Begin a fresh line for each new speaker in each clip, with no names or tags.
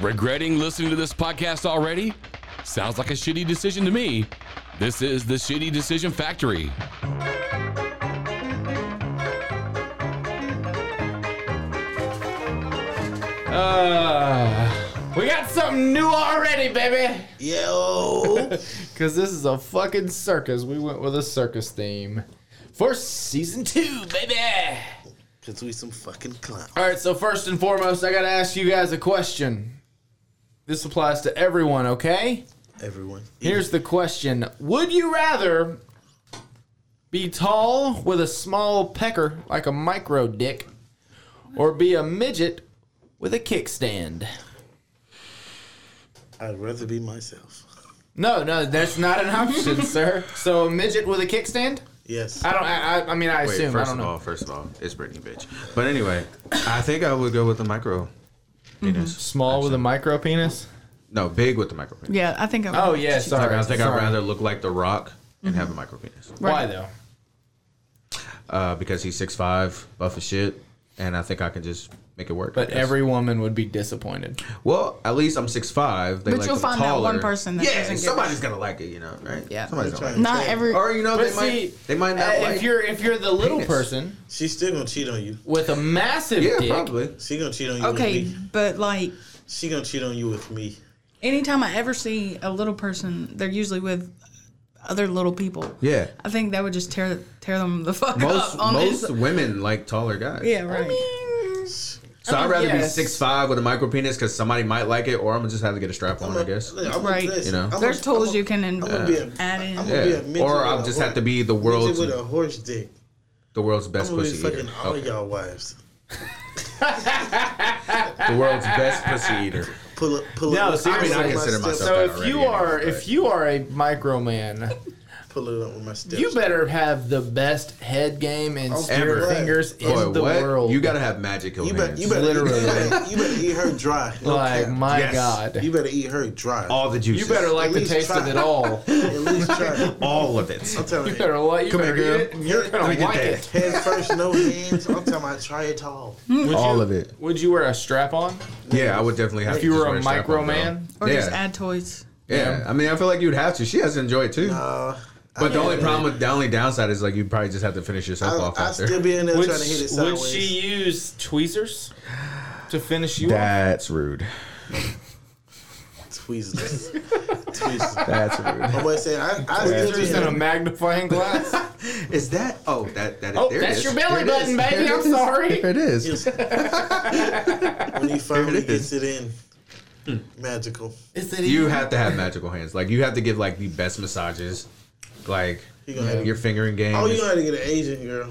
Regretting listening to this podcast already? Sounds like a shitty decision to me. This is the Shitty Decision Factory. Uh, we got something new already, baby.
Yo. Because this is a fucking circus. We went with a circus theme for season two, baby.
Cause we some fucking clown.
All right, so first and foremost, I got to ask you guys a question. This applies to everyone, okay?
Everyone.
Here's the question Would you rather be tall with a small pecker like a micro dick or be a midget with a kickstand?
I'd rather be myself.
No, no, that's not an option, sir. So a midget with a kickstand?
Yes.
I don't. I, I, I mean, I
Wait,
assume. I
first
don't
of
know.
all, first of all, it's Brittany, bitch. But anyway, I think I would go with the micro
Mm-hmm.
penis.
Small with a micro penis.
No, big with the micro penis.
Yeah, Mm-hmm. I think. I'm
Oh yeah,
Like,
sorry.
I think
sorry.
I'd rather look like The Rock and have a micro penis
Why though?
uh, because he's six five, buff as shit, and I think I can just make it work. I
But
guess.
every woman would be disappointed.
well, at least I'm six five. They
But
like
you'll
the
find that one
taller.
person that
yeah,
doesn't get
somebody's
it.
gonna like it, you know, right?
Yeah.
somebody's gonna like it.
Not every.
Or you know,
But
they
see,
might they might not
uh,
like.
if you're if you're the little
penis.
person
She's still gonna cheat on you.
with a massive
yeah,
dick,
probably.
She gonna cheat on you
okay,
with me.
but like
She gonna cheat on you with me.
anytime I ever see a little person, they're usually with other little people.
Yeah,
I think that would just tear tear them the fuck
most
up on
most
this.
women like taller guys.
Yeah, right.
So
Oh,
I would rather
yes.
be six five with a micro penis because somebody might like it, or I'm gonna just have to get a strap on, I guess.
Look, I'm
Right.
listen,
You know.
I'm
There's
a-
tools
I'm a-
you can in,
gonna be a-
add in.
I'm a-
Yeah.
be midget
Or
with a
I'll just
horse-
have to be the
Midget
world's
with a horse dick.
the world's best
I'm gonna be
pussy eater.
fucking all
Okay.
y'all wives.
Oh, The world's best pussy eater.
Pull up, pull
No,
up.
see, I mean, I
consider
step,
myself-
So
that
if you
already,
are
anyway,
if
but-
you are a micro man,
Pull it up with my steps.
you better have the best head game and
Ever.
steer fingers
Oh, Boy,
in the
what?
world.
You gotta have magic
You,
hands.
bet, you better.
Literally.
You better, you better eat her dry. No
like
cap.
my
Yes.
god.
You better eat her dry.
all the
You
juices.
better like the
least
taste
try.
of it all. You
At least try.
all of it.
telling you.
better like. You
Come here,
better
girl.
eat it. and You're
Let
gonna
me get
like it.
Head first, no hands. I'm talking about try it all.
that. All of it.
Would you wear a strap on
Yeah, I would definitely have.
if
to
you
just
were
wear
a
strap
micro
on, bro.
man?
or just
Yeah.
add toys.
Yeah, I mean, I feel like you'd have to. She has to enjoy it too.
Uh,
but the only problem with the only downside is like you probably just have to finish yourself
I,
off
I
after.
still be in there
Would,
trying to hit it
sh- would
sideways.
she use tweezers to finish you off?
That's rude.
Tweezers. Tweezers.
That's rude.
My boy said, I, I still be
Tweezers
in
and a
there.
magnifying glass.
Is that? Oh, that that.
Oh,
there it
that's
is.
your belly
There it
button,
is.
baby.
There it
I'm
is.
sorry.
There it is.
When he finally
There it is.
gets it in, magical.
Is it
You have to have magical hands. Like you have to give like the best massages. Like
You gonna have-
your fingering game.
Oh,
is-
you know how to get an Asian girl.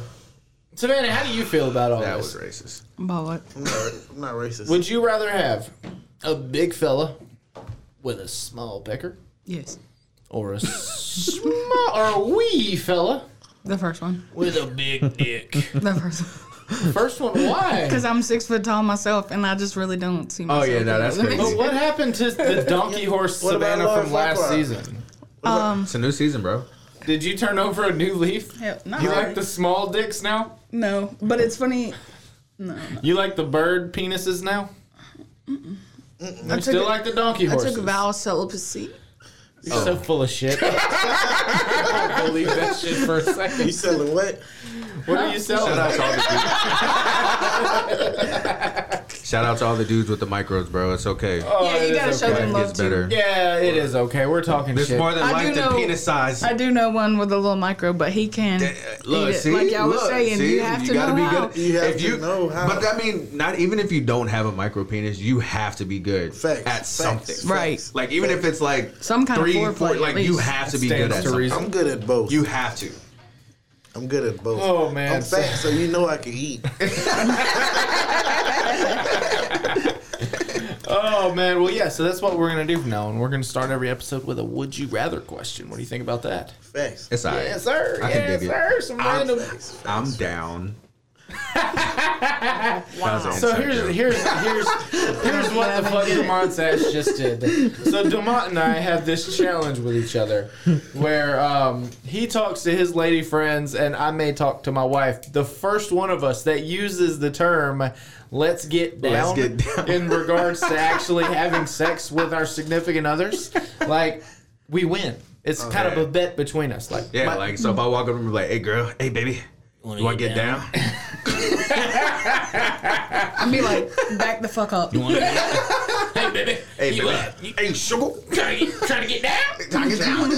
Savannah, how do you feel about all
that
this?
was racist.
About what?
I'm not, I'm not racist.
Would you rather have a big fella with a small pecker
Yes,
or a small or a wee fella
the first one.
with a big dick?
The first one.
First one, why?
Because I'm six foot tall myself, and I just really don't see
Oh
myself.
yeah, no, that's
But
crazy.
what happened to the donkey horse
What about
Savannah
Laura
from last
Flockhart?
season?
Um,
It's a new season, bro.
Did you turn over a new leaf?
hell, not
You
really.
like the small dicks now?
no, but it's funny.
You like the bird penises now?
I
You
took,
still
a-
like the donkey
I
horses?
took a vow of celibacy.
You're so full of shit. I don't believe that shit for a
You
second.
selling what?
What are you selling?
Shout out to all the dudes. Shout out to all the dudes with the micros, bro. It's okay.
yeah, you
it
gotta
is
show
okay.
them
Oh, It
Oh, love
gets
too.
better.
Yeah, it is okay. We're talking
There's
shit.
more than
I
life
do
than
know-
penis size. Eh,
I do know one with a little micro, but he can.
uh, Look,
eat it.
see,
like y'all was
look,
saying,
see,
you have to
gotta
know
be
how.
good.
You have
if
to
you,
know how.
But I mean, not even if you don't have a micro penis, you have to be good
Facts.
at
Facts.
something.
Right.
Facts.
Like even if it's like
Some kind of
three,
foreplay,
four,
at
like you
least.
have to be
Stands
good
to
at something.
reason.
I'm good at both.
You have to.
I'm good at both.
Oh, man.
I'm fat, so you know I can eat.
Oh man, well yeah, so that's what we're gonna do from now on. We're gonna start every episode with a would you rather question. What do you think about that?
Facts.
It's alright.
Yes, sir.
I can
yes,
dig it.
sir. Some
I'm,
random
I'm down.
Wow.
So here's here's here's here's what the fuck Demont Sash just did. So Demont and I have this challenge with each other, where um, he talks to his lady friends and I may talk to my wife. The first one of us that uses the term "let's get down,",
get down.
in regards to actually having sex with our significant others, like we win. It's kind of a bet between us. Like
yeah, like so if I walk up and be like, "Hey, girl, hey, baby, you want to get down?"
I'd be like, back the fuck up.
hey, baby.
hey, baby, hey, sugar,
Trying to get down?
talk it down,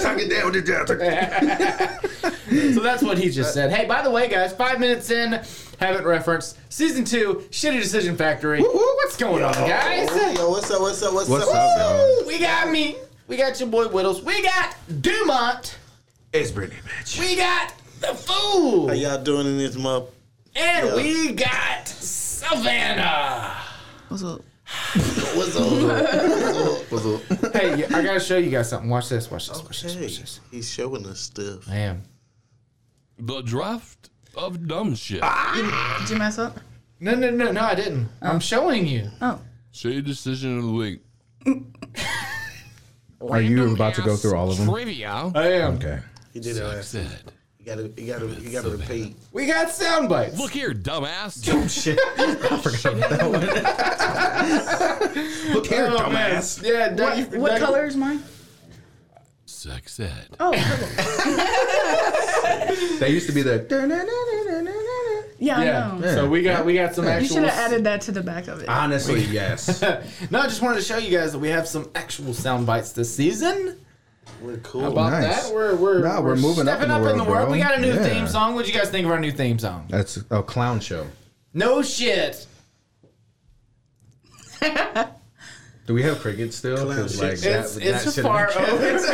talk it down, with the down.
So that's what he just said. Hey, by the way, guys, five minutes in, haven't referenced season two, Shitty Decision Factory. What's going on, guys?
Yo, what's up? What's up? What's,
What's
up? What's
up, y'all?
Ooh, we got me. We got your boy Whittles. We got Dumont.
It's Brittany, bitch.
We got the
How
Fool,
y'all doing in this month?
and we got Savannah.
What's up?
What's up? What's up? What's up?
Hey, I gotta show you guys something. Watch this. Watch this. Watch this.
Hey,
Watch this.
he's showing us stuff.
I am.
The draft of dumb shit.
Did you mess up?
No, no, no, no. I didn't. I'm showing you.
Oh.
Shitty decision of the week.
Are you about to go through all of them?
Trivia.
I am.
Okay.
He did it last.
Said,
You gotta, you gotta, you gotta repeat.
We got sound bites.
Look here, dumbass.
Shit, I forgot about that one. Look here,
Oh, man.
dumbass.
Yeah. Dougie-
What
Dougie-
color is mine?
Sex ed.
Oh, purple.
That used to be the.
yeah, I
Yeah.
know.
So we got we got some
You
actual.
should have added that to the back of it.
Honestly, yes.
No, I just wanted to show you guys that we have some actual sound bites this season.
We're cool.
About
Oh, Nice.
that, we're we're,
Nah, we're moving up
stepping
in the
in the
world,
world. We
bro.
got a new
Yeah.
theme song. What do you guys think of our new theme song?
That's a clown show.
No shit.
Do we have crickets still? 'Cause,
Clown
like,
shit.
that,
It's
that
it's
should
far
make-
over. It's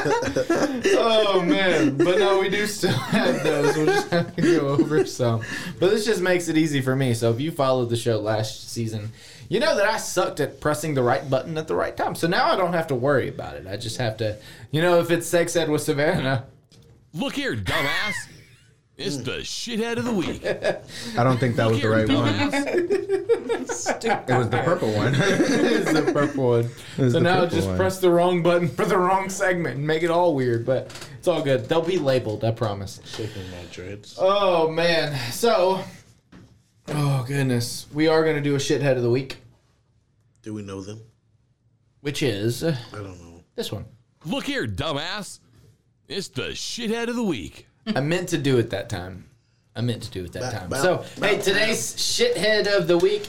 like- oh man, but no, we do still have those. We'll just have to go over some. But this just makes it easy for me. So if you followed the show last season, you know that I sucked at pressing the right button at the right time. So now I don't have to worry about it. I just have to, you know, if it's sex ed with Savannah.
Look here, dumbass. It's the shithead of the week.
I don't think that was
Look
the
here,
right one.
dumbass.
It was the purple one.
It's the purple one.
It's
so
the
now
purple
just
one.
press the wrong button for the wrong segment and make it all weird, but it's all good. They'll be labeled, I promise.
Shaking my dreads.
Oh man. So Oh goodness. We are gonna do a shithead of the week,
Do we know them?
which is uh,
I don't know.
this one.
Look here, dumbass. It's the shithead of the week.
I meant to do it that time. I meant to do it that time.
bow,
so, hey, today's shithead of the week.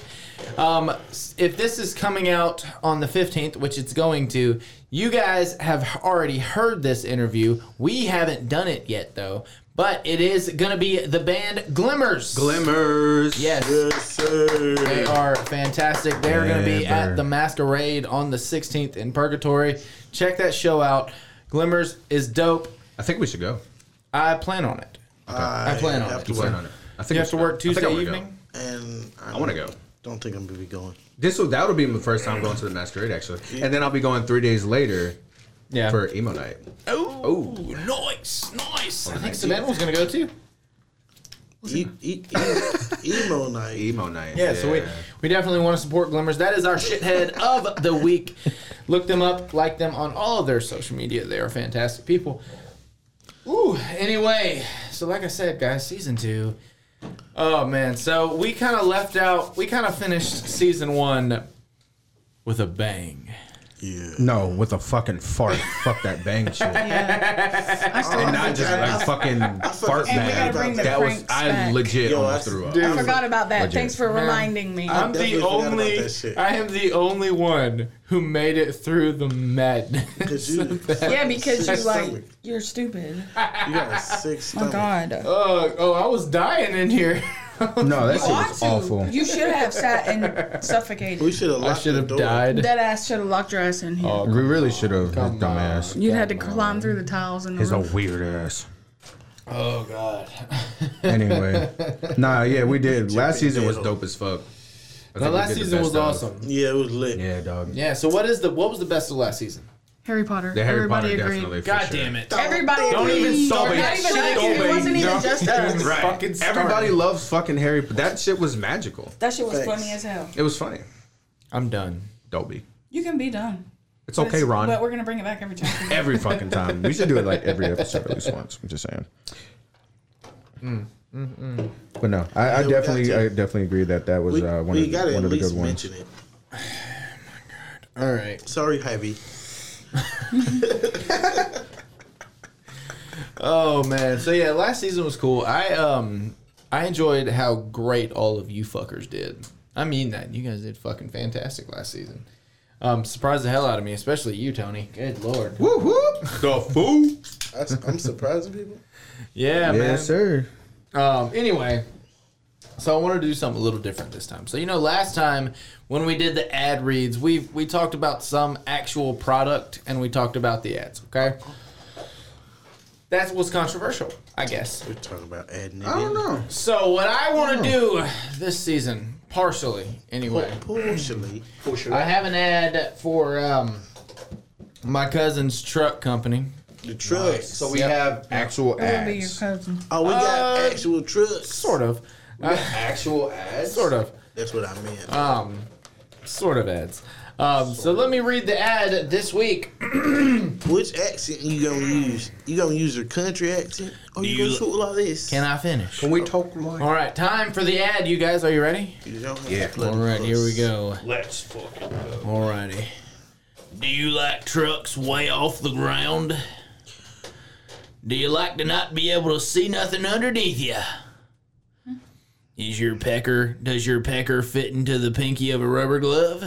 Um, s- if this is coming out on the 15th, which it's going to, you guys have h- already heard this interview. We haven't done it yet, though, but it is going to be the band Glimmers.
Glimmers.
Yes.
Yes, sir.
They are fantastic. They're going to be
Yeah,
at
they're-
the Masquerade on the 16th in Purgatory. Check that show out. Glimmers is dope.
I think we should go.
I plan on it.
I,
plan on
have
it.
to work,
I think we
You have to
should
work
go. I
Tuesday
think I wanna go.
evening.
and I,
I want to go.
Don't think I'm gonna be going.
This will that'll be my first time going to the masquerade actually, and then I'll be going three days later
Yeah.
for emo night.
Oh, nice, nice. I think Savannah was gonna go too.
E- e- e- emo night.
Emo night.
Yeah, so we we definitely want to support Glimmers. That is our shithead of the week. Look them up, like them on all of their social media. They are fantastic people. Ooh, anyway, so like I said, guys, season two. Oh man, so we kind of left out. We kind of finished season one with a bang.
Yeah.
No, with a fucking fart. Fuck that bang shit. And
Yeah. I still
I just like fucking fart
And we
bag.
gotta bring the
That was
pranks
I
back.
legit
Yo,
almost
I-
threw up.
Dude.
forgot about that.
Legit.
Thanks for reminding me.
I'm
definitely
the
forgot about
only.
that shit.
I am the only one who made it through the madness.
Cause you,
yeah, because you
Sick
like
stomach.
you're stupid.
you got a sick
My
stomach.
God.
Uh, oh, I was dying in here.
No, that shit
Ought
was
to.
awful.
You should have sat and
We
suffocated.
should have
I
locked
should have
the door.
died.
That ass should have locked your ass in here.
We really should have, dumbass.
You'd had to climb through the tiles and the
He's a
roof.
weird ass.
Oh God.
Anyway, nah, yeah, we did. Last season was
Nato.
dope as fuck. I think
The
we
last
did the
season
best
was
of-
awesome.
Yeah, it was lit.
Yeah, dog.
Yeah. So what is the what was the best of last season?
Harry Potter.
The Harry
Everybody
Potter
agreed.
definitely. for
God
sure.
damn it.
Everybody
Don't
agreed.
even stop
Not
it.
even
Shit,
us.
don't
It wasn't
make-
even
no.
just us.
Right. Fucking started.
Everybody loves fucking Harry. But that shit was magical.
That shit was
Thanks.
funny as hell.
It was funny.
I'm done.
Dolby.
You can be done.
It's okay, Ron.
But we're gonna bring it back every time.
every fucking time. We should do it like every episode at least once. I'm just saying. But no, I, I
we got
definitely,
to.
I definitely agree that that was
We,
uh, one
we
of the,
gotta at
one of the
least
good ones.
mention it.
All right.
Sorry, Hyvie.
Oh man. So yeah, last season was cool. I um I enjoyed how great all of you fuckers did. I mean that. You guys did fucking fantastic last season. Um surprised the hell out of me, especially you, Tony. Good lord.
Woo woo, the fool.
I, am surprising people.
Yeah, man.
Yes, sir.
Um, anyway, so I wanted to do something a little different this time. So you know, last time when we did the ad reads, we we talked about some actual product and we talked about the ads. Okay, that's what's controversial, I guess.
We're talking about adding it
I don't
in.
know.
So what I
Hmm.
want to do this season, partially anyway,
Partially. Partially.
I have an ad for um, my cousin's truck company.
The trucks.
So we have actual
It'll be your
ads.
cousin.
oh, we got
Uh,
actual trucks.
Sort of,
Actual ads.
sort of.
That's what I meant.
Uh,
um, sort of ads. Um, so let me read the ad this week.
Which accent you gonna use? You gonna use your country accent, or you, gonna talk like this?
Can I finish?
Can we talk like?
All right, time for the ad, you guys. Are you ready?
You don't have
Yeah.
to play
All right,
the
here we
fuss.
go.
Let's fucking go.
All righty.
Do you like trucks way off the ground? Do you like to not be able to see nothing underneath you? Is your pecker does your pecker fit into the pinky of a rubber glove?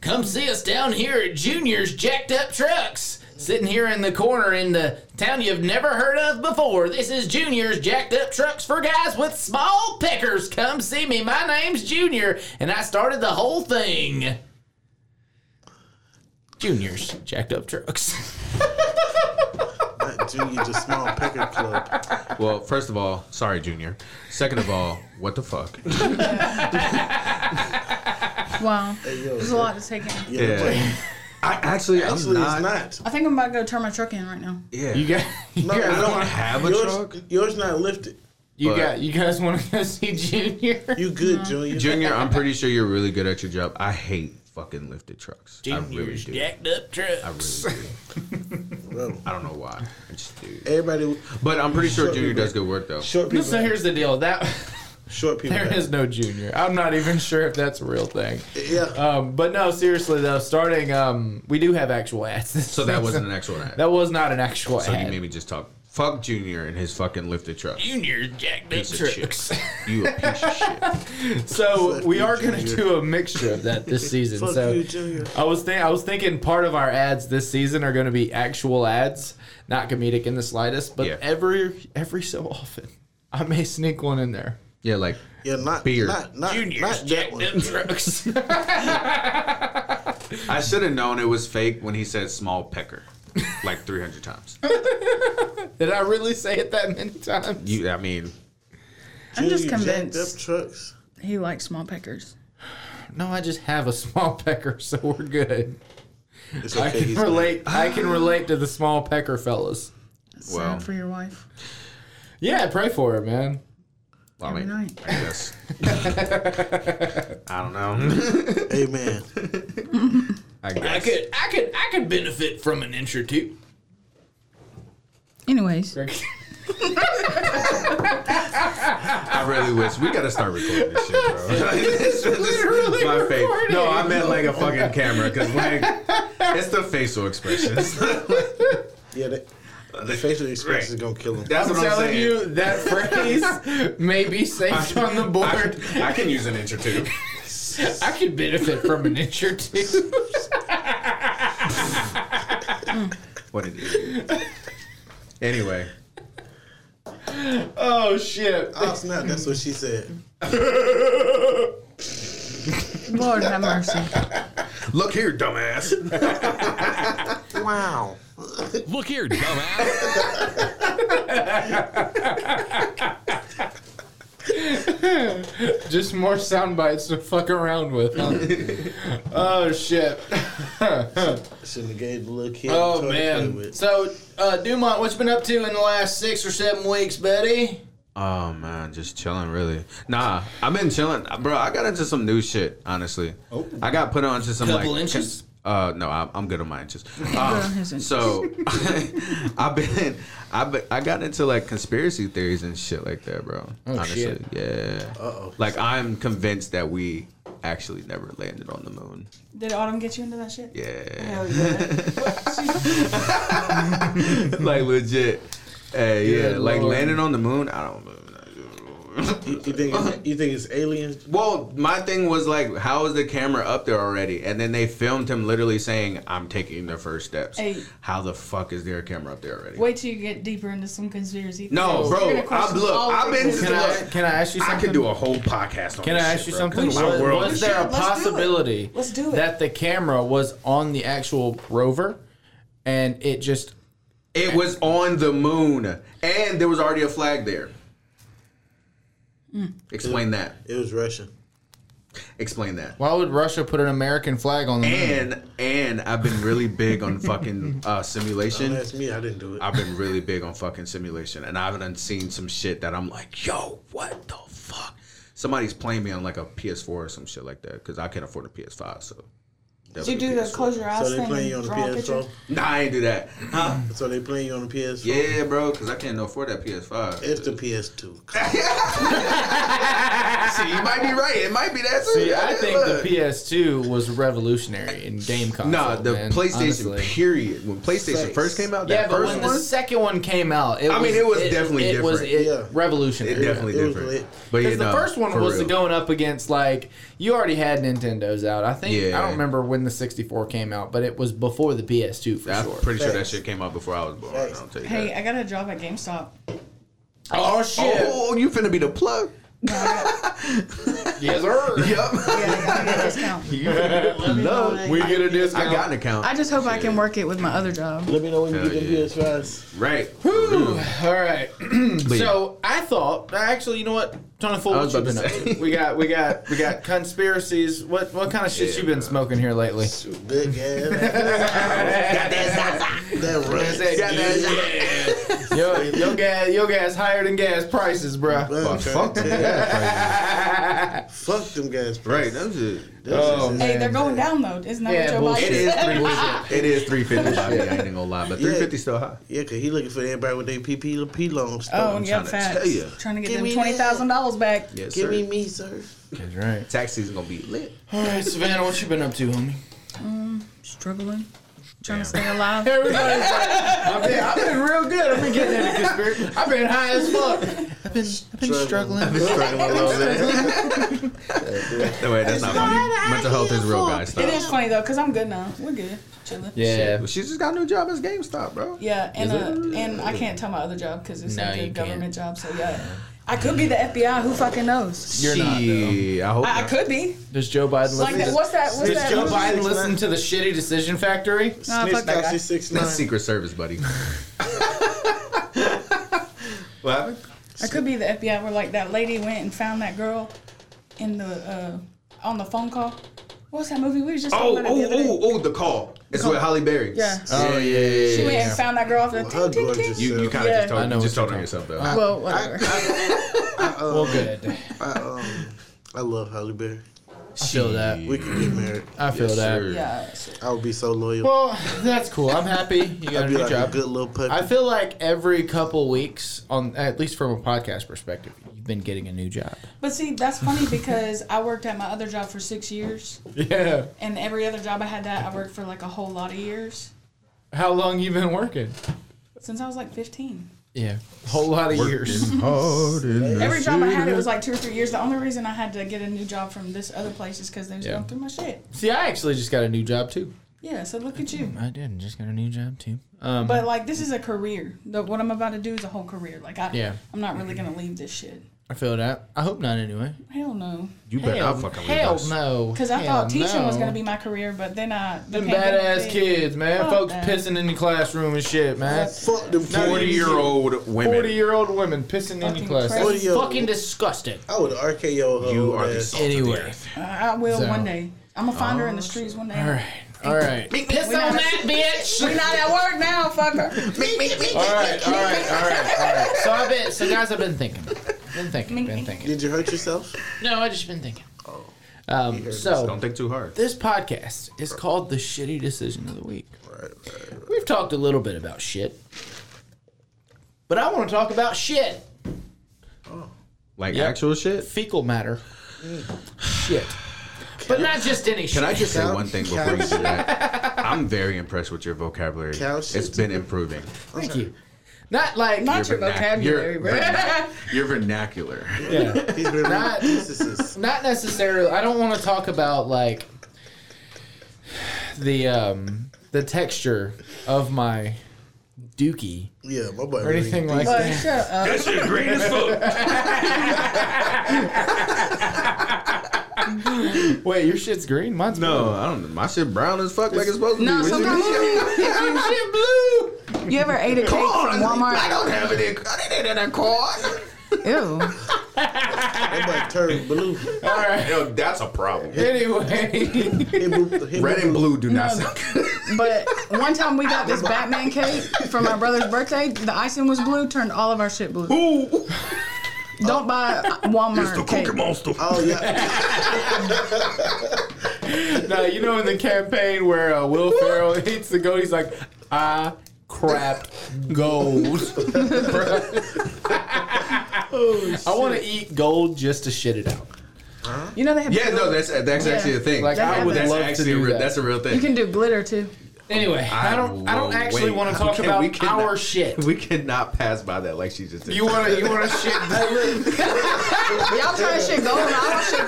Come see us down here at Junior's Jacked Up Trucks. Sitting here in the corner in the town you've never heard of before. This is Junior's Jacked Up Trucks for guys with small pickers. Come see me. My name's Junior, and I started the whole thing. Junior's Jacked Up Trucks.
Not Junior, just small pecker club.
Well, first of all, sorry, Junior. Second of all, what the fuck?
Wow.
yo,
There's a lot to take in.
Yeah.
Yeah. I actually,
Actually,
I'm not.
it's not.
I think I'm about to go turn my truck in right now.
Yeah.
You got
No,
I
no,
don't have a
yours,
truck.
Yours not lifted.
you
But-
got you guys want to go see Junior?
You good, Junior?
Junior, I'm pretty sure you're really good at your job. I hate fucking lifted trucks. I really
Junior's
do.
jacked up trucks.
I really do.
Well.
I don't know why. I just do.
Everybody,
But I'm pretty sure
Short
Junior
people.
does good work though.
short people.
So here's the deal. That
short people.
there is no Junior. I'm not even sure if that's a real thing.
Yeah.
uh,
Um, but no, seriously though, starting um, we do have actual ads.
So that wasn't an actual ad.
That was not an actual
So you
ad.
made me just talk. Fuck Junior and his fucking lifted truck.
Junior's jacked up
Piece of
trucks.
shit. You a piece of shit.
so
Fuck
we
you,
are going to
Junior.
do a mixture of that this season.
Fuck
so
you, Junior.
I was think I was thinking part of our ads this season are going to be actual ads, not comedic in the slightest. But
Yeah.
every every so often, I may sneak one in there.
Yeah, like
Yeah, not
Beer.
Not, not,
Junior's
not that
jacked
one.
up trucks.
I should have known it was fake when he said small pecker. Like 300 times.
Did I really say it that many times?
You, I mean,
I'm just
Junior jacked Up
convinced.
trucks.
He likes small peckers.
No, I just have a small pecker, so we're good.
It's
I
okay.
can
He's
relate. I can relate to the small pecker fellas.
Well.
Sad for your wife.
Yeah, pray for it, man.
well, I mean,
Every night.
I guess. I don't know.
not. Amen.
I
I
guess.
could I could I could benefit from an inch or two.
Anyways,
I really wish we gotta start recording this shit, bro. This is my face. No, I meant like a fucking camera because like it's the facial expressions.
Yeah, that, the facial expression is gonna kill him.
That's
I'm
what I'm
telling
saying.
you, that phrase may be saved on the board.
I, I can use an inch or two.
I could benefit from an inch or two.
What it is. Anyway,
Oh shit!
Oh snap! That's what she said.
Lord have mercy.
look here, dumbass.
Wow.
Look here, dumbass.
Just more sound bites to fuck around with. Huh? oh shit.
Shouldn't have gave the little kid.
Oh
the toy to play
man.
with.
So uh, Dumont, what you been up to in the last six or seven weeks, buddy?
Oh man, just chilling really. Nah, I've been chilling, bro. I got into some new shit, honestly. I got put onto some
Couple
like
inches?
Uh, no, I'm, I'm good on my inches.
on his
Um,
inches.
so I've been, I've been, I got into like conspiracy theories and shit like that, bro. honestly,
shit.
yeah. Uh-oh. Like I'm convinced that we actually never landed on the moon.
Did Autumn get you into that shit?
Yeah,
Hell yeah.
like legit. Hey, yeah,
Good
like
lord.
landing on the moon. I don't.
You, you think
Uh-huh.
it's, you think it's aliens?
Well, my thing was like, how is the camera up there already? And then they filmed him literally saying, "I'm taking the first steps."
Hey.
How the fuck is there a camera up there already?
Wait till you get deeper into some conspiracy.
No,
theories.
bro,
You're gonna question
I've- look,
all of
I've been
existence.
Can I can I ask you
I
something?
could do a whole podcast on
Can I
this
ask
shit,
you
bro,
something?
'cause
Was,
my world
was
is
there a
Let's do it.
possibility
Let's do it.
that the camera was on the actual rover and it just
It was on the moon, and there was already a flag there.
Hmm.
Explain that.
It was Russian.
Explain that.
why would Russia put an American flag on the moon?
And and I've been really big on fucking uh,
Don't
simulation.
ask me. I didn't do it.
I've been really big on fucking simulation, and I've done seen some shit that I'm like, yo, what the fuck? Somebody's playing me on like a PS4 or some shit like that because I can't afford a PS5. So
Did you do the close your eyes
so they
thing
playing you on
and
the
draw a picture?
PS4.
Nah, I ain't do that. Huh?
So they playing you on the PS4.
yeah, bro, because I can't afford that PS5.
It's the PS2.
See, you might be right. It might be that.
See, I think the
Look.
PS2 was revolutionary in game console.
Nah, the
man,
PlayStation.
honestly.
Period. When PlayStation
Face.
first came out, that
Yeah, but
first
when
one,
the second one came out, it
I mean, it was definitely
it was
different.
it
Yeah.
it
revolutionary.
definitely
It was
different.
lit.
But yeah,
Because the
nah,
first one
for
was
real.
going up against like you already had Nintendo's out. I think I
Yeah.
don't remember when the 64 came out, but it was before the PS2 for
I'm
sure.
pretty sure that
Facts.
shit came out before I was born.
Facts.
I'll tell you
Hey,
that.
I got a job at GameStop.
oh shit!
Oh, you finna be the plug.
Yes, sir.
Yep.
Yeah, I got a discount.
Love.
we get a discount.
I got an account.
I just hope I can work it with my other job.
Let me know when you
Hell
get
yeah.
the PS5s.
right.
All right. so I thought actually, you know what, Jonathan,
I
what
was
you
about
been
to
up
say.
to? We got, we got, we got conspiracies. What, what kind of shit you been smoking here lately?
Good game. that Russian.
yo, yo, gas, yo, gas higher than gas prices, bruh.
Man,
Fuck,
I'm
fuck
trying to
that.
tell you.
it
Fuck them guys. bro.
Right. That was it.
This
Oh,
is-
Hey, they're going down though. Isn't that
Yeah,
what Joe
bullshit.
It
Biden
is
said?
three. it is three fifty. I ain't gonna lie, but three fifty still high.
Yeah, cause he looking for everybody with their PP P loans.
Oh,
stolen.
yeah,
tryna
facts.
tell ya.
Trying to get
Give
them
me
twenty thousand dollars back.
Yes,
Give
sir.
me me, sir.
That's right.
Tax season gonna be lit.
All right, Savannah, what you been up to, homie?
Struggling, trying to stay alive.
Everybody's like, I've been, I've been real good. I've been getting into conspiracy. I've been high as fuck. I've been, I've been struggling.
Struggling a little bit. no wait, that's not funny. Mental health is real, guys.
It
Stop.
is funny though, cause I'm good now. We're good, chilling.
Yeah.
Well, She just got a new job as GameStop, bro.
Yeah, and uh, and I can't tell my other job because it's
No,
like a
you
government job. So yeah, I could be the FBI. Who fucking knows?
You're not,
She- I hope.
I, I
not.
could be.
Does Joe Biden
Like that. What's that? What's
Does
that?
Joe
who's-
Biden listen to the shitty decision factory?
Nah, fuck
Snitch
that guy.
Nazi six
That's
nine.
Secret Service, buddy. what happened?
I could be the FBI. Where like that lady went and found that girl in the uh, on the phone call. What's that movie? We was just
Oh,
talking about it the
oh,
other
oh,
day.
oh, the call. It's with Holly Berry.
Yeah.
Oh, yeah, yeah,
She went and found that girl off the
Her
ting, ting, ting.
gorgeous
You, you
self.
kind of
Yeah.
just told,
I know
you just
what
told on yourself, though.
Well, whatever.
Well, good.
I, um, I love Holly Berry.
I feel that.
We could get married.
Uh,
I feel that.
Sure.
yeah.
I would be so loyal.
Well, that's cool. I'm happy you got a
I'd be
new
like
job.
a good little puppy.
I feel like every couple weeks, on at least from a podcast perspective, you've been getting a new job.
But see, that's funny because I worked at my other job for six years,
Yeah.
and every other job I had that I worked for like a whole lot of years
How long you been working?
since I was like 15.
Yeah, a whole lot of years.
Every job I had, it was like two or three years. The only reason I had to get a new job from this other place is because they was
Yeah.
going through my shit.
See, I actually just got a new job too.
Yeah, so look at you.
I did. Just got a new job too. Um,
But like, this is a career. The, what I'm about to do is a whole career. Like, I,
Yeah.
I'm not really gonna leave this shit.
I feel that. I hope not anyway.
Hell no.
You better
hell
not fucking leave
hell
us.
no.
Because I
Hell
thought teaching was
no.
going to be my career, but then I. The
Them
pandemic
badass
thing-
kids, man.
Fuck
Folks
that.
pissing in the classroom and shit, man.
Fuck them
Now
forty
you-
year.
40-year-old women.
40 year old women pissing in the
Fucking
classroom.
crazy.
Forty year.
Fucking disgusting.
I would RKO her.
You
old
are the
ass.
salt of the
Anyway.
earth.
I, I will
So- oh,
one day. I'm going to find her in the streets one day.
All right. All right.
Piss on that bitch. We not at work now, fucker.
All right. All right. All right. All right. So I've been, so guys, I've been thinking, been thinking, been thinking.
Did you hurt yourself?
No, I just been thinking. Um, so
Don't think too hard.
this podcast is called the shitty decision of the week.
Right, right, right.
We've talked a little bit about shit, but I want to talk about shit,
Like
Yep.
actual shit.
fecal matter, shit, but not just any shit.
Can I just say
Couch-
one thing before you do that? I'm very impressed with your vocabulary.
Couch-
It's been improving.
Thank you. Not like
Not your
vernac-
vocabulary,
your
bro.
vernac- Your vernacular.
yeah.
He's been
Not-
narcissist.
not necessarily. I don't want to talk about like the um the texture of my dookie
Yeah, my boy.
or anything like
But
that.
shut up.
That's your green as fuck.
Wait, your shit's green. Mine's
No, I don't. My shit brown as fuck, like it's supposed to
No,
be. What you
sometimes-
mean?
blue. shit blue.
You ever ate a cake
Come on,
from
I
Walmart?
don't have it. In, I didn't have a corn.
Ew.
That boy turned blue.
All right.
Yo, that's a problem.
Anyway,
Him boop- him
Red
boop-
and blue do not sound good.
But one time we got this Batman cake for my brother's birthday. The icing was blue, turned all of our shit blue.
Ooh,
Don't buy Walmart cake.
Monster.
Oh yeah.
now you know in the campaign where uh, Will Ferrell hits the goat, he's like, I crapped gold. I want to eat gold just to shit it out.
You know they have.
Yeah, no, that's uh, that's actually a thing.
Like,
I would
that's
love to
actually
do
a real,
that.
That's a real thing.
You can do glitter too.
Anyway, I, don't. I don't
will
actually
wait.
want to
How
talk
can-
about
we cannot-
our shit.
We cannot pass by that like she just did.
You want to? You want to shit?
Y'all trying to shit gold? I want shit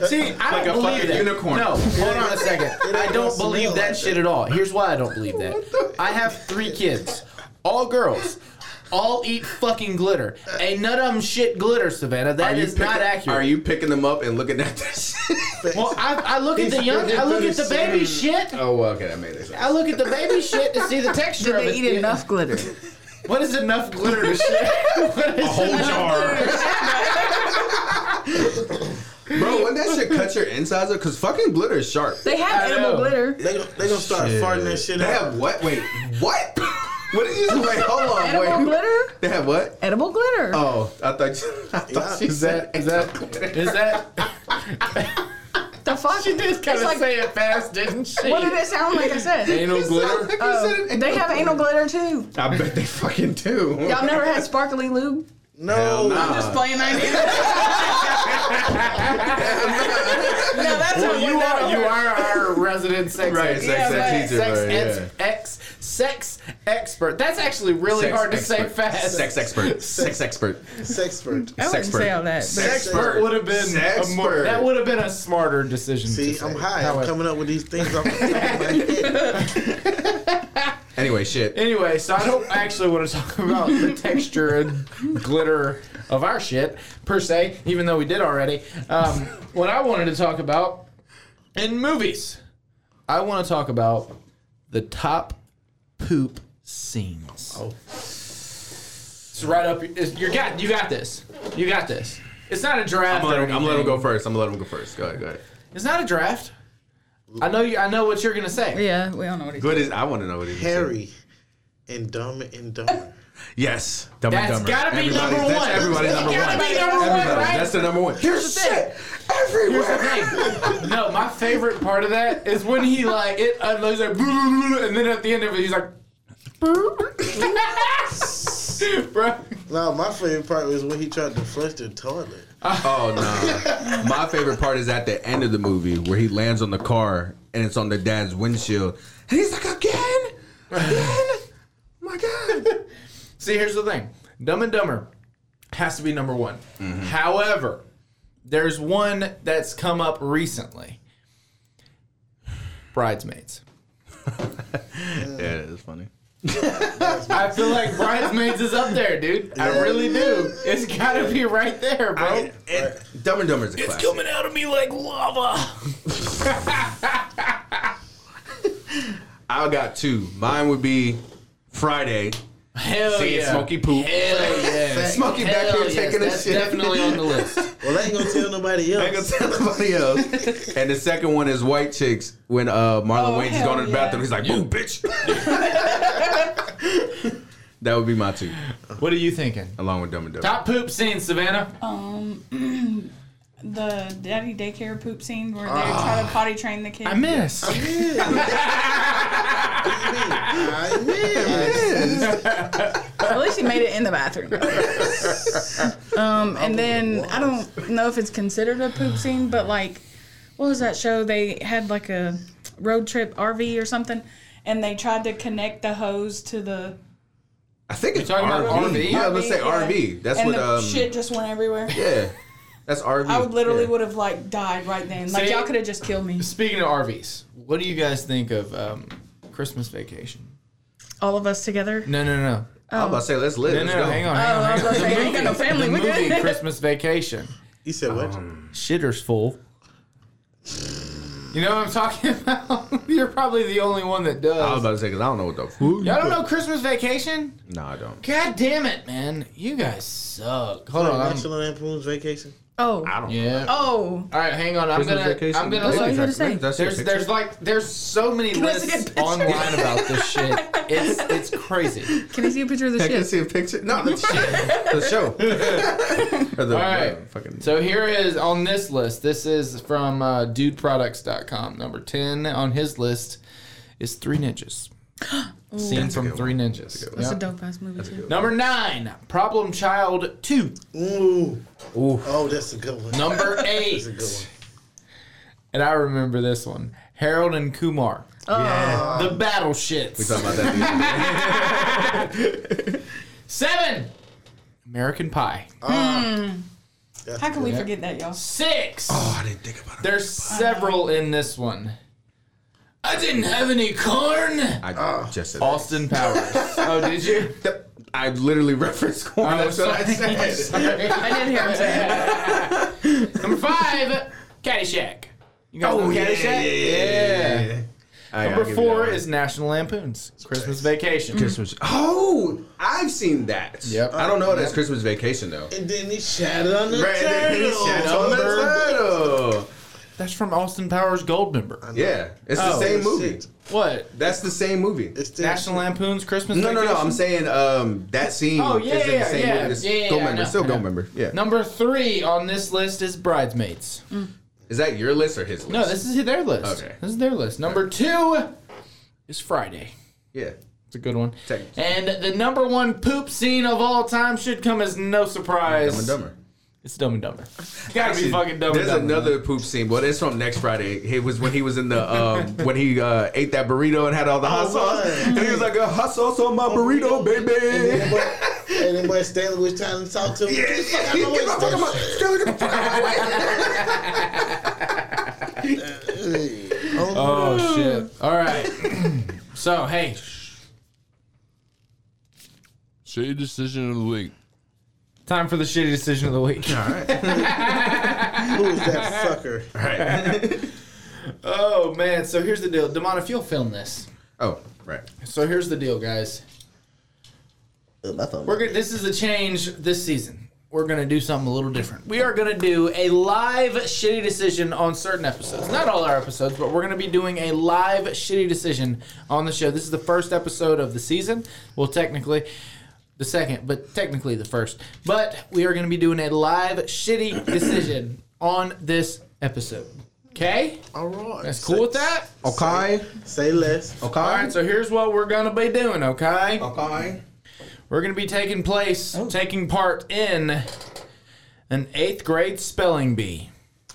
glitter.
See, I
Like a
don't believe
fucking
that.
unicorn.
No, hold on a second. I don't
smell
believe
like
that
that.
shit at all. Here's why I don't believe that. I have three kids, all girls. All eat fucking glitter. Ain't none of them shit glitter, Savannah. That is
picking,
not accurate.
Are you picking them up and looking at this?
Well, I, I look at the young. I look at the baby shit.
oh, well, okay, that made it.
I look at the baby shit to see the texture
Did
of
they
it.
eat enough glitter?
What is enough glitter to shit? What is
Whole jar. Bro, when that shit cut your insides up, because fucking glitter is sharp.
They
I
have edible
know.
glitter.
They gon- they gonna start farting that shit
They
out.
have what? Wait, what? what did you say? Wait, hold on.
Edible
wait.
glitter.
They have what?
Edible glitter.
Oh, I thought, you, I thought she
Is that? Is that? Is that?
the fuck?
She did kind
It's
of
like-
say it fast, didn't she?
What did it sound like? I said.
Anal glitter.
Oh, they have anal glitter too.
I bet they fucking do.
Y'all never had sparkly lube?
No,
nah.
Just playing right now. no, that's
Well,
how
you are you are our resident sex
Right, sex,
expert.
Yeah,
sex,
but
teacher,
Sex,
right, yeah.
ex, ex, sex expert. That's actually really
Sex
hard to say
expert.
fast.
Sex expert. Sex expert.
sexpert.
I wouldn't
Sexpert.
say all that. but-
expert would have been a
Sexpert.
more, that would have been a smarter decision.
See,
to say.
I'm high. I'm
However-
coming up with these things off the top of my head.
Anyway, shit.
Anyway, so I don't actually want to talk about the texture and glitter of our shit per se, even though we did already. Um, what I wanted to talk about in movies, I want to talk about the top poop scenes. Oh, it's right up. It's, you got. You got this. You got this. It's not a draft.
I'm gonna let
or
him, I'm gonna let him
anything.
go first. I'm gonna let him go first. Go ahead, go ahead.
It's not a draft. I know you. I know what you're gonna say.
Yeah, we all know what he's
Good is I want to know what he said.
Harry and Dumb and Dumber.
Yes, Dumb
That's
and Dumber.
gotta be
Everybody's-
number
that's
one.
Everybody's
It's
number
gotta
one.
be number one,
Everybody.
right?
That's the number one. Here's
the thing.
everywhere.
Hey, no, my favorite part of that is when he like it unloads like, "Boo, boo, boo," and then at the end of it he's like, "Boo." bro.
No, my favorite part was when he tried to flush the toilet.
Oh no! My favorite part is at the end of the movie where he lands on the car and it's on the dad's windshield, and he's like, "Again, again, my god!"
See, here's the thing: Dumb and Dumber has to be number one.
Mm-hmm.
However, there's one that's come up recently: Bridesmaids.
Yeah, it's funny.
I feel like Bridesmaids is up there, dude. I really do. It's gotta be right there, bro.
Oh,
I, and Dumb and Dumber is a classic.
out of me like lava.
I got two. Mine would be Friday.
Hell
Seeing
yeah.
Smokey poop.
Hell yeah.
Smokey back
Hell
here
yes,
taking a
that's
shit.
definitely on the list.
Well, I ain't gonna tell nobody
I ain't gonna
else.
tell nobody else. and the second one is white chicks when uh, Marlon
Oh,
Wayne's
hell
going to the
yeah.
bathroom. He's like, "Boo, bitch." that would be my two,
What are you thinking?
along with Dumb and Dumber.
Top poop scene, Savannah.
The daddy daycare poop scene where they try to potty train the kid.
I missed.
I mean,
At least he made it in the bathroom. um, and then I don't know if it's considered a poop scene, but like, what was that show? They had like a road trip RV or something, and they tried to connect the hose to the
I think it's
talking
RV.
about RV?
Yeah, let's say
yeah.
RV. That's
and
what.
the
Um,
shit just went everywhere.
Yeah, that's RV.
I would literally
Yeah.
would have like died right then. Like
See?
y'all could have just killed me.
Speaking of RVs, what do you guys think of um, Christmas vacation?
All of us together.
No, no, no.
I was about to say, let's live.
No, no,
let's
no,
go.
hang on.
Oh,
Hang on,
I
hang
was gonna
on.
say, I ain't got no family.
The
We
movie
good.
Christmas Vacation.
you said what?
Shitter's full. You know what I'm talking about? You're probably the only one that does.
I was about to say because I don't know what the fuck.
Y'all don't know Christmas Vacation?
No, I don't.
God damn it, man. You guys suck. Hold on. I'm-
National Lampoon's Vacation.
Oh,
I don't.
yeah.
oh,
All right, hang on. I'm
Christmas
gonna.
vacation.
I'm gonna.
That's what I was
Look.
gonna say.
That's your
There's
picture?
there's like there's so many
I see a
lists
picture?
online about this shit. It's it's crazy.
can I see a picture of the
I can
shit?
see a picture. No, the show. the show. Or the,
All right.
fucking.
So here is on this list. This is from uh, dudeproducts.com. Number 10 on his list is Three Ninjas. Scene
a
from
good
Three Ninjas.
That's a
Yep.
dope ass movie too.
Number 9, Problem Child 2.
Ooh. Oh, that's a good one.
Number
That's a
8.
good one.
And I remember this one. Harold and Kumar.
Oh.
The Battleships.
We talked about that. the other day.
7. American Pie.
How can we forget that, y'all?
6.
Oh, I didn't think about it.
There's several in this one. I didn't have any corn.
I
Oh.
just said
Austin Powers. oh, did you?
that. I literally referenced corn.
Oh,
That's what I
sorry.
said.
I did hear him say that.
Number five, Caddyshack. You guys
Oh,
know
yeah,
Caddyshack?
yeah, yeah, yeah, yeah. I gotta
Number
give you
four
that one. Mm-hmm.
is National Lampoon's Christmas Vacation.
Christmas. Oh, I've seen that.
Yep.
I don't know that's Christmas Vacation though.
And then he shattered on the
Right,
turtle.
it's Chateau
Number-
Turtle.
That's from Austin Powers Goldmember.
Yeah, it's the
Oh,
same movie.
shit.
What?
That's the same movie.
It's the
National Lampoon's Christmas
No, no,
Vacation?
no. I'm saying um that scene.
Oh, yeah,
is in
yeah,
the same
yeah.
movie. It's
Yeah, yeah,
Gold
yeah, I
member.
know,
Still
I
go
know.
member. Yeah.
Number three on this list is Bridesmaids.
Is that your list or his list?
No, this is their list.
Mm. Okay.
This is their list. Number two is Friday.
Yeah.
It's a good one.
Technically.
And the number one poop scene of all time should come as no surprise.
Dumb and Dumber.
It's Dumb and Dumber. Gotta be
Actually,
fucking Dumb
There's
and Dumber.
another poop scene, but it's from next Friday. It was when he was in the um, when he uh, ate that burrito and had all the hot
Oh,
sauce,
right.
and he was like, "A hot sauce on my
Oh,
burrito, baby."
And then boy Stanley was trying to talk to him. Get the fuck out
Get
my way,
the fuck out my-
Stanley.
Stanley, get the fuck out my way.
Oh,
Oh shit! All right. so hey,
Shitty decision of the week.
time for the shitty decision of the week.
who is that sucker?
Oh man! So here's the deal. Demona, if you'll film this.
Oh, right.
So here's the deal, guys.
My phone.
We're gonna. This is a change this season. We're gonna do something a little different. We are gonna do a live shitty decision on certain episodes. Not all our episodes, but we're gonna be doing a live shitty decision on the show. This is the first episode of the season. Well, technically. The second, but technically the first. But we are going to be doing a live shitty decision on this episode. Okay?
All right.
That's cool with that?
Okay.
Say less.
Okay.
All right, so here's what we're going to be doing, okay?
Okay.
We're going to be taking place, taking part in an eighth grade spelling bee.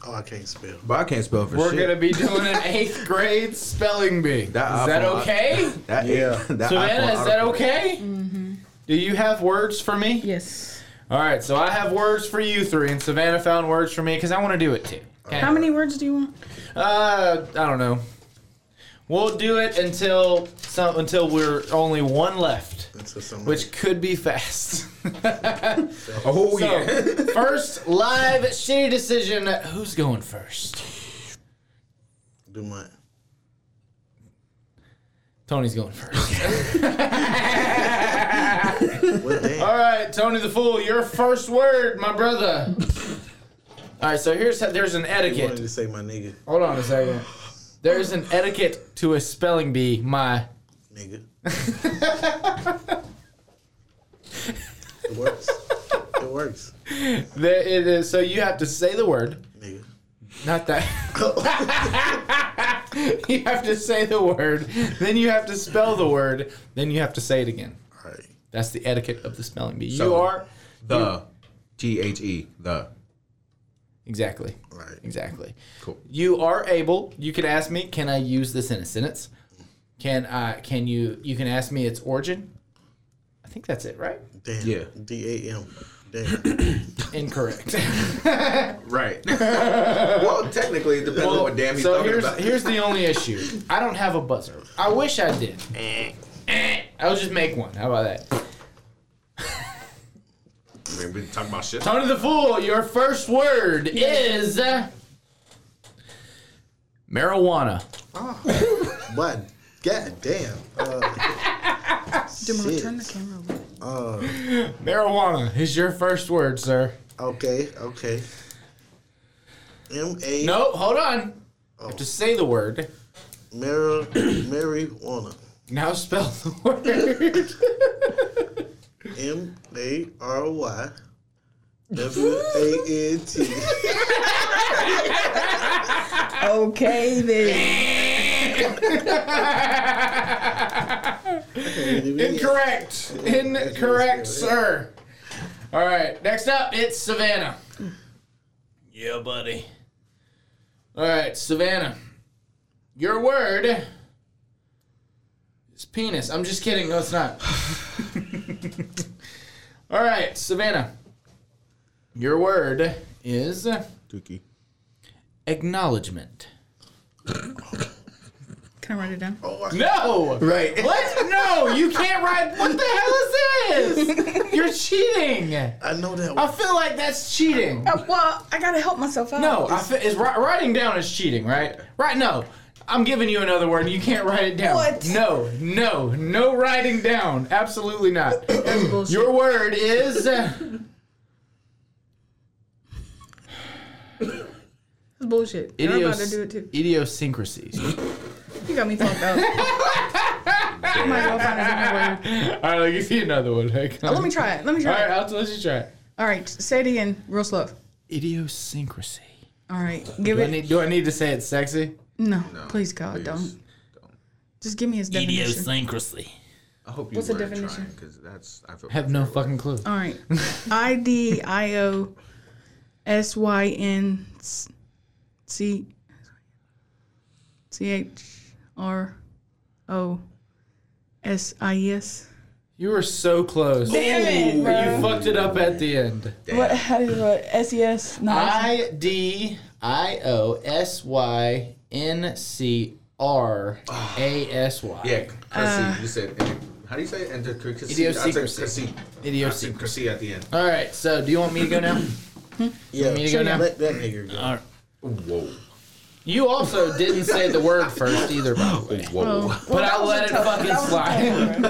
Oh, I can't spell.
But I can't spell for
We're
shit.
going to be doing an eighth grade spelling bee. Is
That
that
iPhone-
okay?
That, yeah. That
Savannah,
iPhone
is that
autocorrect.
okay? Do you have words for me?
Yes.
All right, so I have words for you three, and Savannah found words for me because I want to do it too. Okay.
How many words do you want?
Uh, I don't know. We'll do it until some, until we're only one left,
Until someone-
which could be fast.
Oh
So,
yeah.
first live shitty decision. Who's going first?
do mine.
Tony's going first.
Well, damn.
All right, Tony the Fool, your first word, my brother. All right, so here's how, there's an
You wanted
etiquette.
to say my nigga,
Hold on a second. There's an etiquette to a spelling bee, my.
nigga. it works. It works,
There it is. So you have to say the word,
nigga.
not that. you have to say the word, then you have to spell the word, then you have to say it again.
All right.
That's the etiquette of the spelling bee. you
So-
are
The T H E the.
exactly.
Right.
Exactly.
Cool.
You are able. You can ask me, can I use this in a sentence? Can I? Can you? You can ask me its origin. I think that's it, right?
Damn.
Yeah.
D A M. Damn.
Incorrect.
Right. well, technically, it depends on what damn he's
so
talking
here's
about.
here's the only issue. I don't have a buzzer. I wish I did. I'll just make one. How about that?
I mean, we talking about shit.
Tony the Fool, your first word is marijuana.
But god damn. Uh,
Jim,
shit.
turn the camera away.
Marijuana is your first word, sir.
Okay. Okay. M A.
No, hold on. I have to say the word.
Mara, marijuana.
Now spell the word.
M A R Y. W A N T.
Okay, then.
Incorrect. Incorrect, sir. All right. Next up, it's Savannah.
Yeah, buddy.
All right, Savannah. Your word is penis. I'm just kidding. No, it's not. All right, Savannah. Your word is
Dookie.
acknowledgement.
Can I write it down?
No.
Right.
What? No, you can't write. What the hell is this? You're cheating.
I know that
I
one.
feel like that's cheating.
Uh, well, I gotta help myself out.
No, I fe- is ri- writing down is cheating, right? Right? No, I'm giving you another word. and You can't write it down.
What?
No, no, no writing down. Absolutely not. Your word is uh,
It's bullshit. You're about to
idios-
do it too.
idiosyncrasies. All
You got me fucked up. I might go find another word.
right, I'll give you another one. Hang on.
Let me try it. Let me
All
try
right,
it.
I'll let you try. it.
All right, say it again, real slow.
Idiosyncrasy.
All right, give
Do I
it.
need, do I need to say it's sexy?
No, please God,
Please.
don't. Just give me his definition.
Idiosyncrasy.
I hope you
What's the
were
definition?
trying, because that's I feel
Have no fucking clue.
All right, I D I O S Y N C C H R O S I E S.
You were so close.
Damn it,
You fucked it up at the end.
What? How do you what? S E S? No.
I D I O S Y N C R A S Y.
Yeah,
Uh,
Chrissy, you said. How do you say idiosyncrasy?
Idiosyncrasy. Idiosyncrasy.
Idiosyncrasy at the end.
All right, so do you want me to go now?
Yeah,
me to go now?
let that nigga go.
Whoa.
You also didn't say the word first either, by the way.
Whoa.
But I let it fucking slide.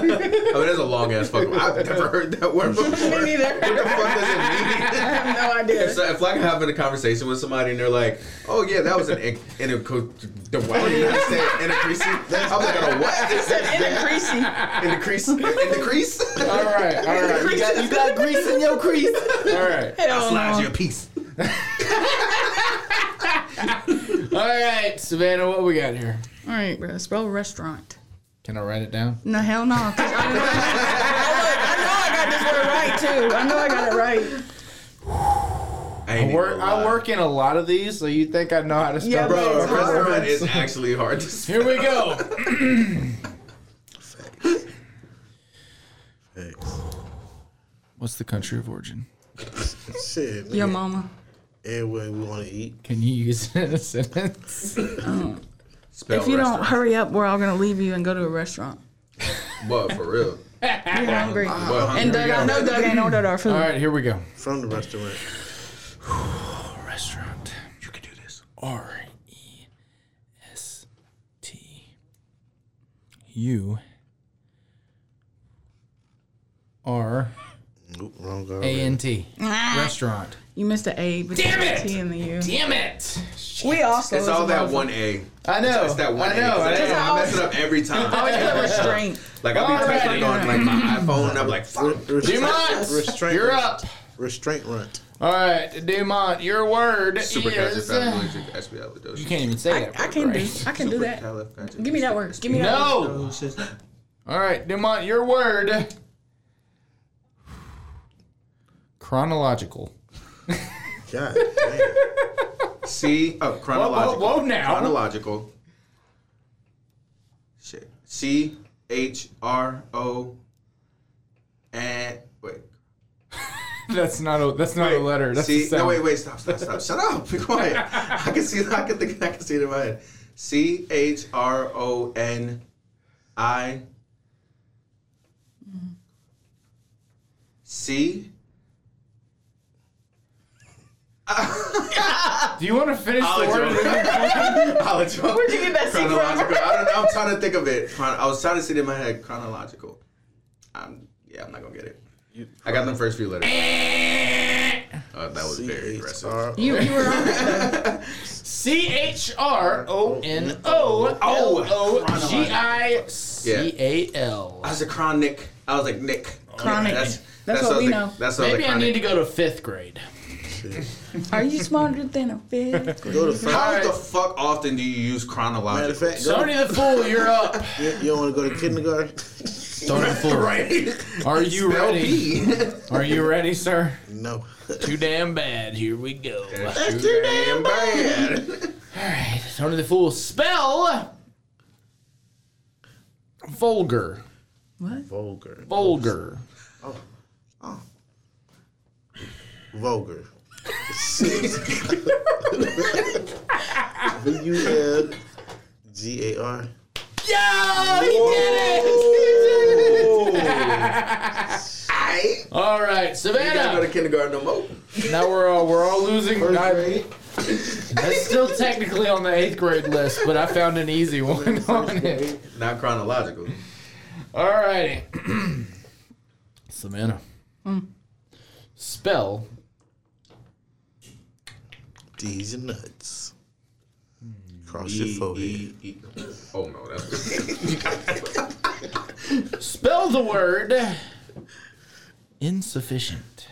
Oh, that's a long ass fucking. I've never heard that word before. Me
neither.
What the fuck does it mean?
I have no idea.
If, so, if like I'm having a conversation with somebody and they're like, "Oh yeah, that was an in, in a co- the what did I say in a crease?" I'm like, "A what?" In the crease? In the crease?
All right, all right. You got, you got grease in your crease. All right.
Hell
Slide
no.
your piece.
All right, Savannah, what we got here?
All right, bro. Spell restaurant.
Can I write it down?
No, hell no. 'cause I, know, I, know, I know I got this word right too. I know I got it right.
I,
I
ain't
work,
even gonna
I
lie.
work in a lot of these, so you think I know how to spell
Yeah,
it.
Bro,
It's hard.
restaurant is actually hard to spell.
Here we go.
Thanks.
What's the country of origin?
Shit, nigga.
Your mama.
Everywhere we want to eat.
Can you use it in a sentence?
Spell
if you don't
restaurant.
hurry up, we're all gonna leave you and go to a restaurant.
What for real?
You're hungry.
Well,
and Doug, I know Doug ain't ordered our food.
All right, here we go.
From the restaurant.
Restaurant. You can do this. R E S T U
R
Oop, wrong guy.
A N T
Ah.
restaurant.
You missed an A between
Damn
the
it!
T and the U.
Damn it!
We also.
It's all that one A.
I
Oh,
know.
It's that one
I
A.
know. I know.
I, I mess it up every time.
Always put restraint.
Like I'll be
Alright.
touching it on like my iPhone. I'm like, fuck.
Re-
Dumont,
Restraint.
you're up.
Restraint runt.
All right, Dumont, your word is. You
Supercalifragilisticexpialidocious.
can't even say
I,
that.
I
word
can
right.
do. I can do that. Give me that word. Give me that. word.
No. All right, Dumont, your word. Chronological.
God damn.
C oh
Whoa,
chronological.
whoa, whoa, now.
Chronological. Shit. C H R O and wait.
That's not a. That's not a letter. That's
C
a sound.
no wait, wait, stop, stop, stop. Shut up. Be quiet. I can see I can think I can see it in my head. C H R O N I C
Do you want to finish
I'll
the
let you-
word?
I'll let you-
Where'd you get that C
chronological.
from?
I don't know. I'm trying to think of it. Chron- I was trying to see it in my head. Chronological. I'm yeah. I'm not gonna get it. I got them first few letters. Uh, that was very aggressive.
C-H-R-O.
You, you were on it.
C H R O N O O O G I C A
I
L.
was a chronic. I was like Nick.
Chronic. That's what
I was
we
like-
know.
That's what
Maybe
I
I
was
need
like,
to go to fifth grade.
Are you smarter than a fifth grade?
Go to fuck.
How the fuck often do you use
Matter of
chronological?
fact, go,
Tony the Fool, you're up.
you, you don't want to go to kindergarten?
Tony the Fool,
Right.
are you ready?
LP.
Are you ready, sir?
No.
Too damn bad. Here we go.
That's too damn bad.
Tony the Fool, spell vulgar.
What?
Vulgar.
Vulgar.
Vulgar. V U L G A R.
I
All right,
gotta go to
Savannah.
kindergarten no more.
Now we're all we're all losing. Not-
grade.
That's still technically on the eighth grade list, but I found an easy one on it.
Not chronological.
All righty, Savannah. Hmm. Spell
D's and nuts.
Hmm.
Cross
E,
your forehead.
E, E. Oh no, that's.
spell the word insufficient.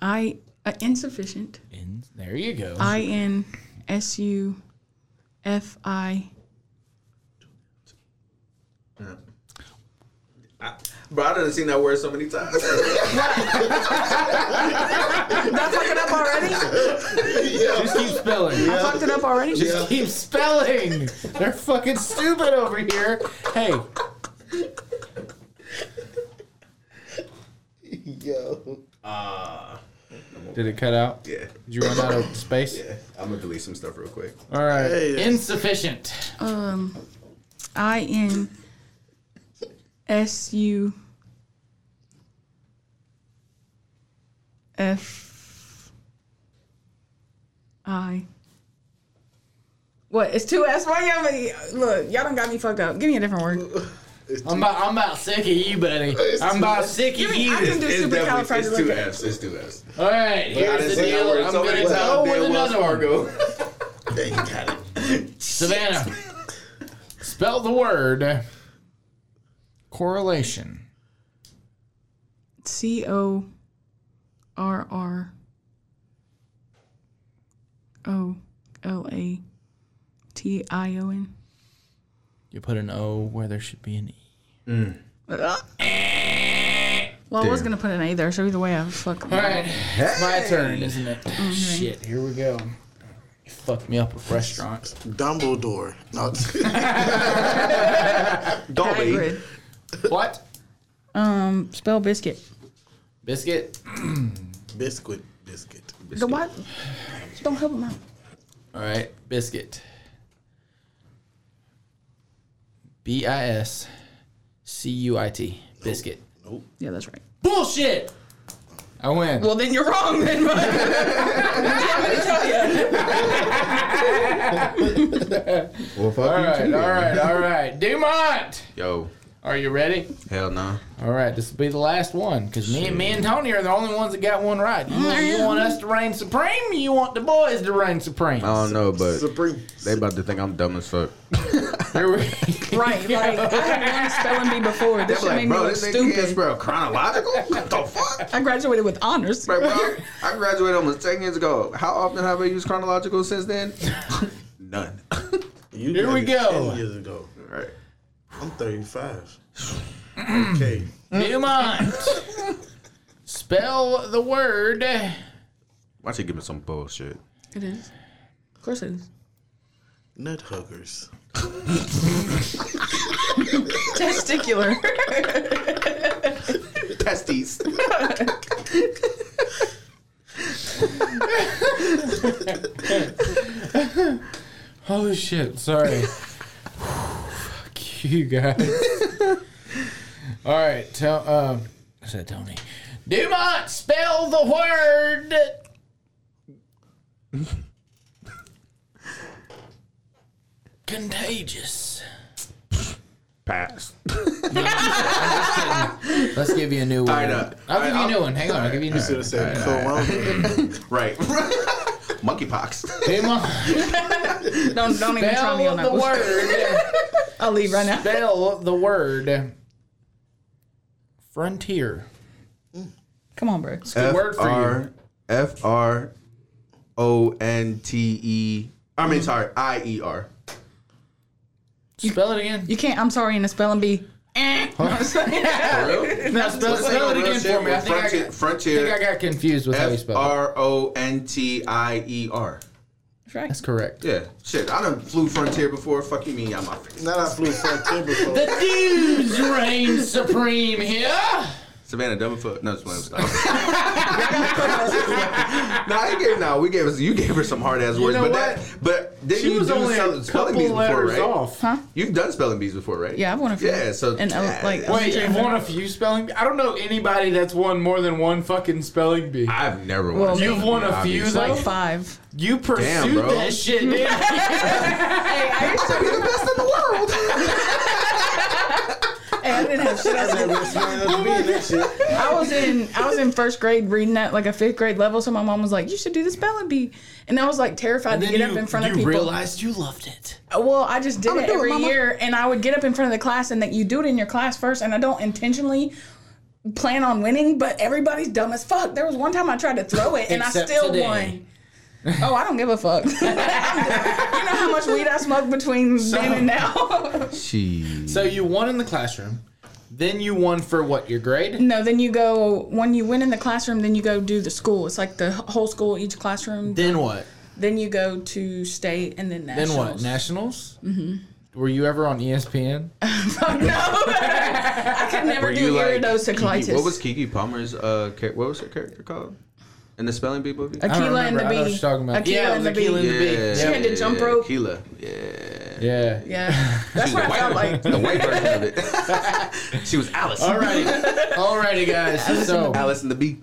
I uh, insufficient.
In there you go.
I N S U F I.
Bro, I done seen that word so many times.
Did I fuck it up already?
Just keep spelling.
I fucked it up already.
Just keep spelling. They're fucking stupid over here. Hey,
Yo.
Uh, did it cut out?
yeah.
Did you run out of space?
Yeah. I'm gonna delete some stuff real quick.
All right.
Hey.
Insufficient.
Um, I N S U F I. What? It's two S. Why y'all? make- Look, y'all done got me fucked up. Give me a different word.
I'm about, I'm about sick of you, buddy. I'm about sick of
Give me.
you.
I can do
It's definitely it's two
supercalifragilistic.
F's. It's two F's.
All right.
I
Here's
done
the
seen that
deal.
word
I'm
so
gonna
many
go
times.
with
Damn Wells
another one.
Fargo.
They got it.
Savannah. Spell the word correlation.
C O R R O L A T I O N.
You put an O where there should be an E.
Well, I was gonna put an A there, so either way, I was fucking.
All right. It's my turn, isn't it? Shit. Here we go. You fucked me up with restaurants.
Dumbledore. No.
Dolby.
Hagrid.
What?
Um, spell biscuit.
Biscuit.
Biscuit. Biscuit.
The what? Don't help him out.
All right. Biscuit. B I S C U I T. Biscuit.
Yeah, that's right.
Bullshit! I win.
Well, then you're wrong, then. But I'm gonna tell you.
Well, fuck
all
you
right,
too,
all
then.
right, all right. Dumont!
Yo,
Are you ready?
hell no.
All right, this will be the last one because me, me and Tony are the only ones that got one right. You, want- you want us to reign supreme? You want the boys to reign supreme?
I don't know, but
Supreme.
they about to think I'm dumb as fuck.
Here we-
Right, like I had one spelling bee before. This
They're
shit made
like,
me
bro,
look
this nigga kids,
stupid.
bro, chronological? What the fuck?
I graduated with honors.
Like, bro, I graduated almost 10 years ago. How often have I used chronological since then? None.
You
Here we
got it
go.
10 years ago.
right.
I'm 35. okay.
Mm. Dumont, spell the word
Why don't you give me some bullshit?
It is. Of course it is.
Nut huggers.
Testicular.
Testes.
Holy Oh, shit, sorry. Fuck you guys. All right, tell um I said Tony. Do not spell the word contagious.
Pass.
Let's give you a new one.
right, uh,
I'll give you a
I'll-
new one. Hang on, I'll give you a new one.
Said corona.
Right. Monkeypox.
Do not
don't don't even try me
spell
on
the
that one.
word.
I'll leave right now.
Spell the word frontier.
Come on, bro.
Good word for you.
F R O N T E. I
Mm.
mean, sorry, I E R.
Spell it again.
You can't. I'm sorry, in a spelling bee. Eh. I'm saying.
No, spell, spell it again for me. I think I got- I think I
Frontier.
got confused with how you
F
spelled it.
R O N T I E R.
That's right.
That's correct.
Yeah, shit. I done flew Frontier before. Fuck you, mean y'all my face.
Not I flew frontier before.
The dudes reign supreme here.
Savannah Dumberfoot. No, Savannah. Stop. nah, I gave. Nah, we gave us. You gave her some hard ass words,
know
but
what?
that. But then
She
you
was
do
only
sell-
a
spelling
couple
bees before,
letters
right?
off.
Huh?
You've done spelling bees before, right?
Yeah, I've won a few.
Yeah, so
And, uh, like-
Wait, you've won a few spelling bee? I don't know anybody that's won more than one fucking spelling bee.
I've never won.
Well,
spelling
You've won
bee,
a few,
obviously.
Like
though?
five.
You pursued
Damn, bro.
that shit, didn't you?
Hey, I used to.
Be the best in the world.
Hey, I didn't have shit. I was, I was in. I was in first grade reading that like a fifth grade level. So my mom was like, "You should do the spelling bee," and I was like terrified to get up in front of
you
people.
realized you loved it.
Well, I just did
I'ma
it
do it,
every
mama.
year, and I would get up in front of the class, and that you do it in your class first, and I don't intentionally plan on winning, but everybody's dumb as fuck. There was one time I tried to throw it, and I
Except
still
today.
won. Oh, I don't give a fuck. you know how much weed I smoked between then and now.
She.
So you won in the classroom. Then you won for what, your grade?
no, then you go when you win in the classroom, then you go do the school. It's like the whole school, each classroom.
Then what?
Then you go to state and then
Then
nationals.
what? Nationals? Mm-hmm. Were you ever on E ESPN?
no, I could never do iridocyclitis.
Kiki- What was Kiki Palmer's? Uh, cha- what was her character called? In the spelling bee movie.
don't
Aquila and
remember. I
the
know
bee.
what you're talking about.
Aquila
Yeah, it
and
was
the
Aquila
bee.
and the bee.
She had to jump rope.
Aquila. Yeah.
Yeah.
Yeah, that's
She's
what
the
I felt
white-
like.
the white version of it. she was Alice.
Alrighty. Alrighty, guys. So,
Alice and the Bee.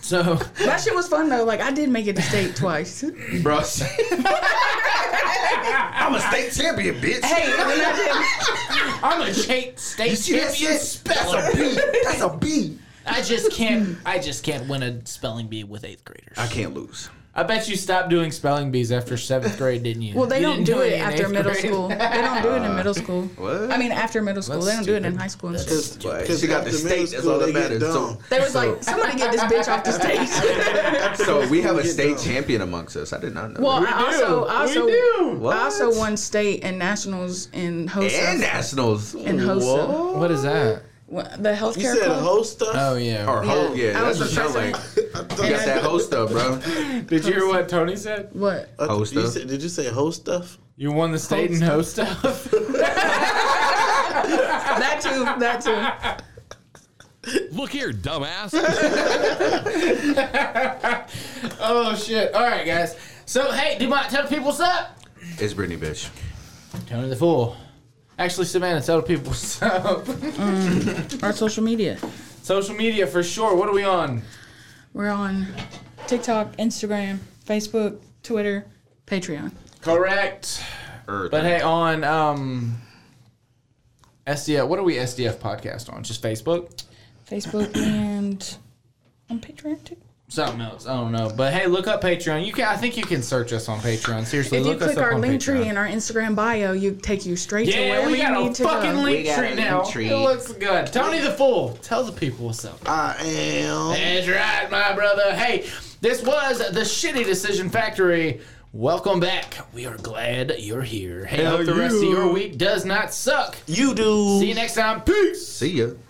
so
That shit was fun though. Like I did make it to state twice. hey, when
Bro. I'm a state champion, bitch.
I
I'm a state state
you see that
champion
shit? That's
speller.
a bee. That's a bee.
I just can't. I just can't win a spelling bee with eighth graders.
I can't lose.
I bet you stopped doing spelling bees after seventh grade, didn't you?
did, well, they
You
don't
didn't
do it
any in
after
eighth
middle
grade.
school. They don't do it in middle school.
What?
I mean, after middle school, they don't do it in high school. And shit.
But she got the
after middle
state. That's
school,
all
they
that
get
matters. So,
They was like, somebody get this bitch off the stage.
so we have a
Get
state
down.
champion amongst us. I did not know.
well,
that.
I also, I also,
we do.
What?
I also won state and nationals
and
in HOSA.
nationals.
In HOSA,
What is that?
Wh- the
You
healthcare
said
club.
host stuff?
Oh yeah.
Or ho- yeah,
Yeah, I
that's
was
what sound like.
president.
I thought-
You got that ho stuff, bro.
Did you hear what Tony said?
what?
I thought-
Host
you
stuff?
said- Did you say host stuff?
You won the state and host stuff.
That too. That too.
Look here, dumbass.
oh shit! All right, guys. So hey, do you mind tell the people what's up?
It's Brittany, bitch.
Tony the Fool. Actually, Savannah, tell the people what's up.
Our social media.
Social media for sure. What are we on?
We're on TikTok, Instagram, Facebook, Twitter, Patreon.
Correct.
Earth.
But hey, on um, SDF, what are we SDF podcast on? Just Facebook?
Facebook and on Patreon too.
Something else. I don't know. But hey, look up Patreon. You can. I think you can search us on Patreon. Seriously,
If you
look us
click
up
our
on
link
Patreon.
tree in our Instagram bio, you take you straight to
yeah,
where
we
we,
got
need
a
to
fucking
go.
link
got a
tree
link
now.
tree.
It looks good. Tony the Fool, tell the people what's up.
I am.
That's right, my brother. Hey, this was the Shitty Decision Factory. Welcome back. We are glad you're here. Hey, hope the rest of your week does not suck.
You do.
See you next time. Peace.
See ya.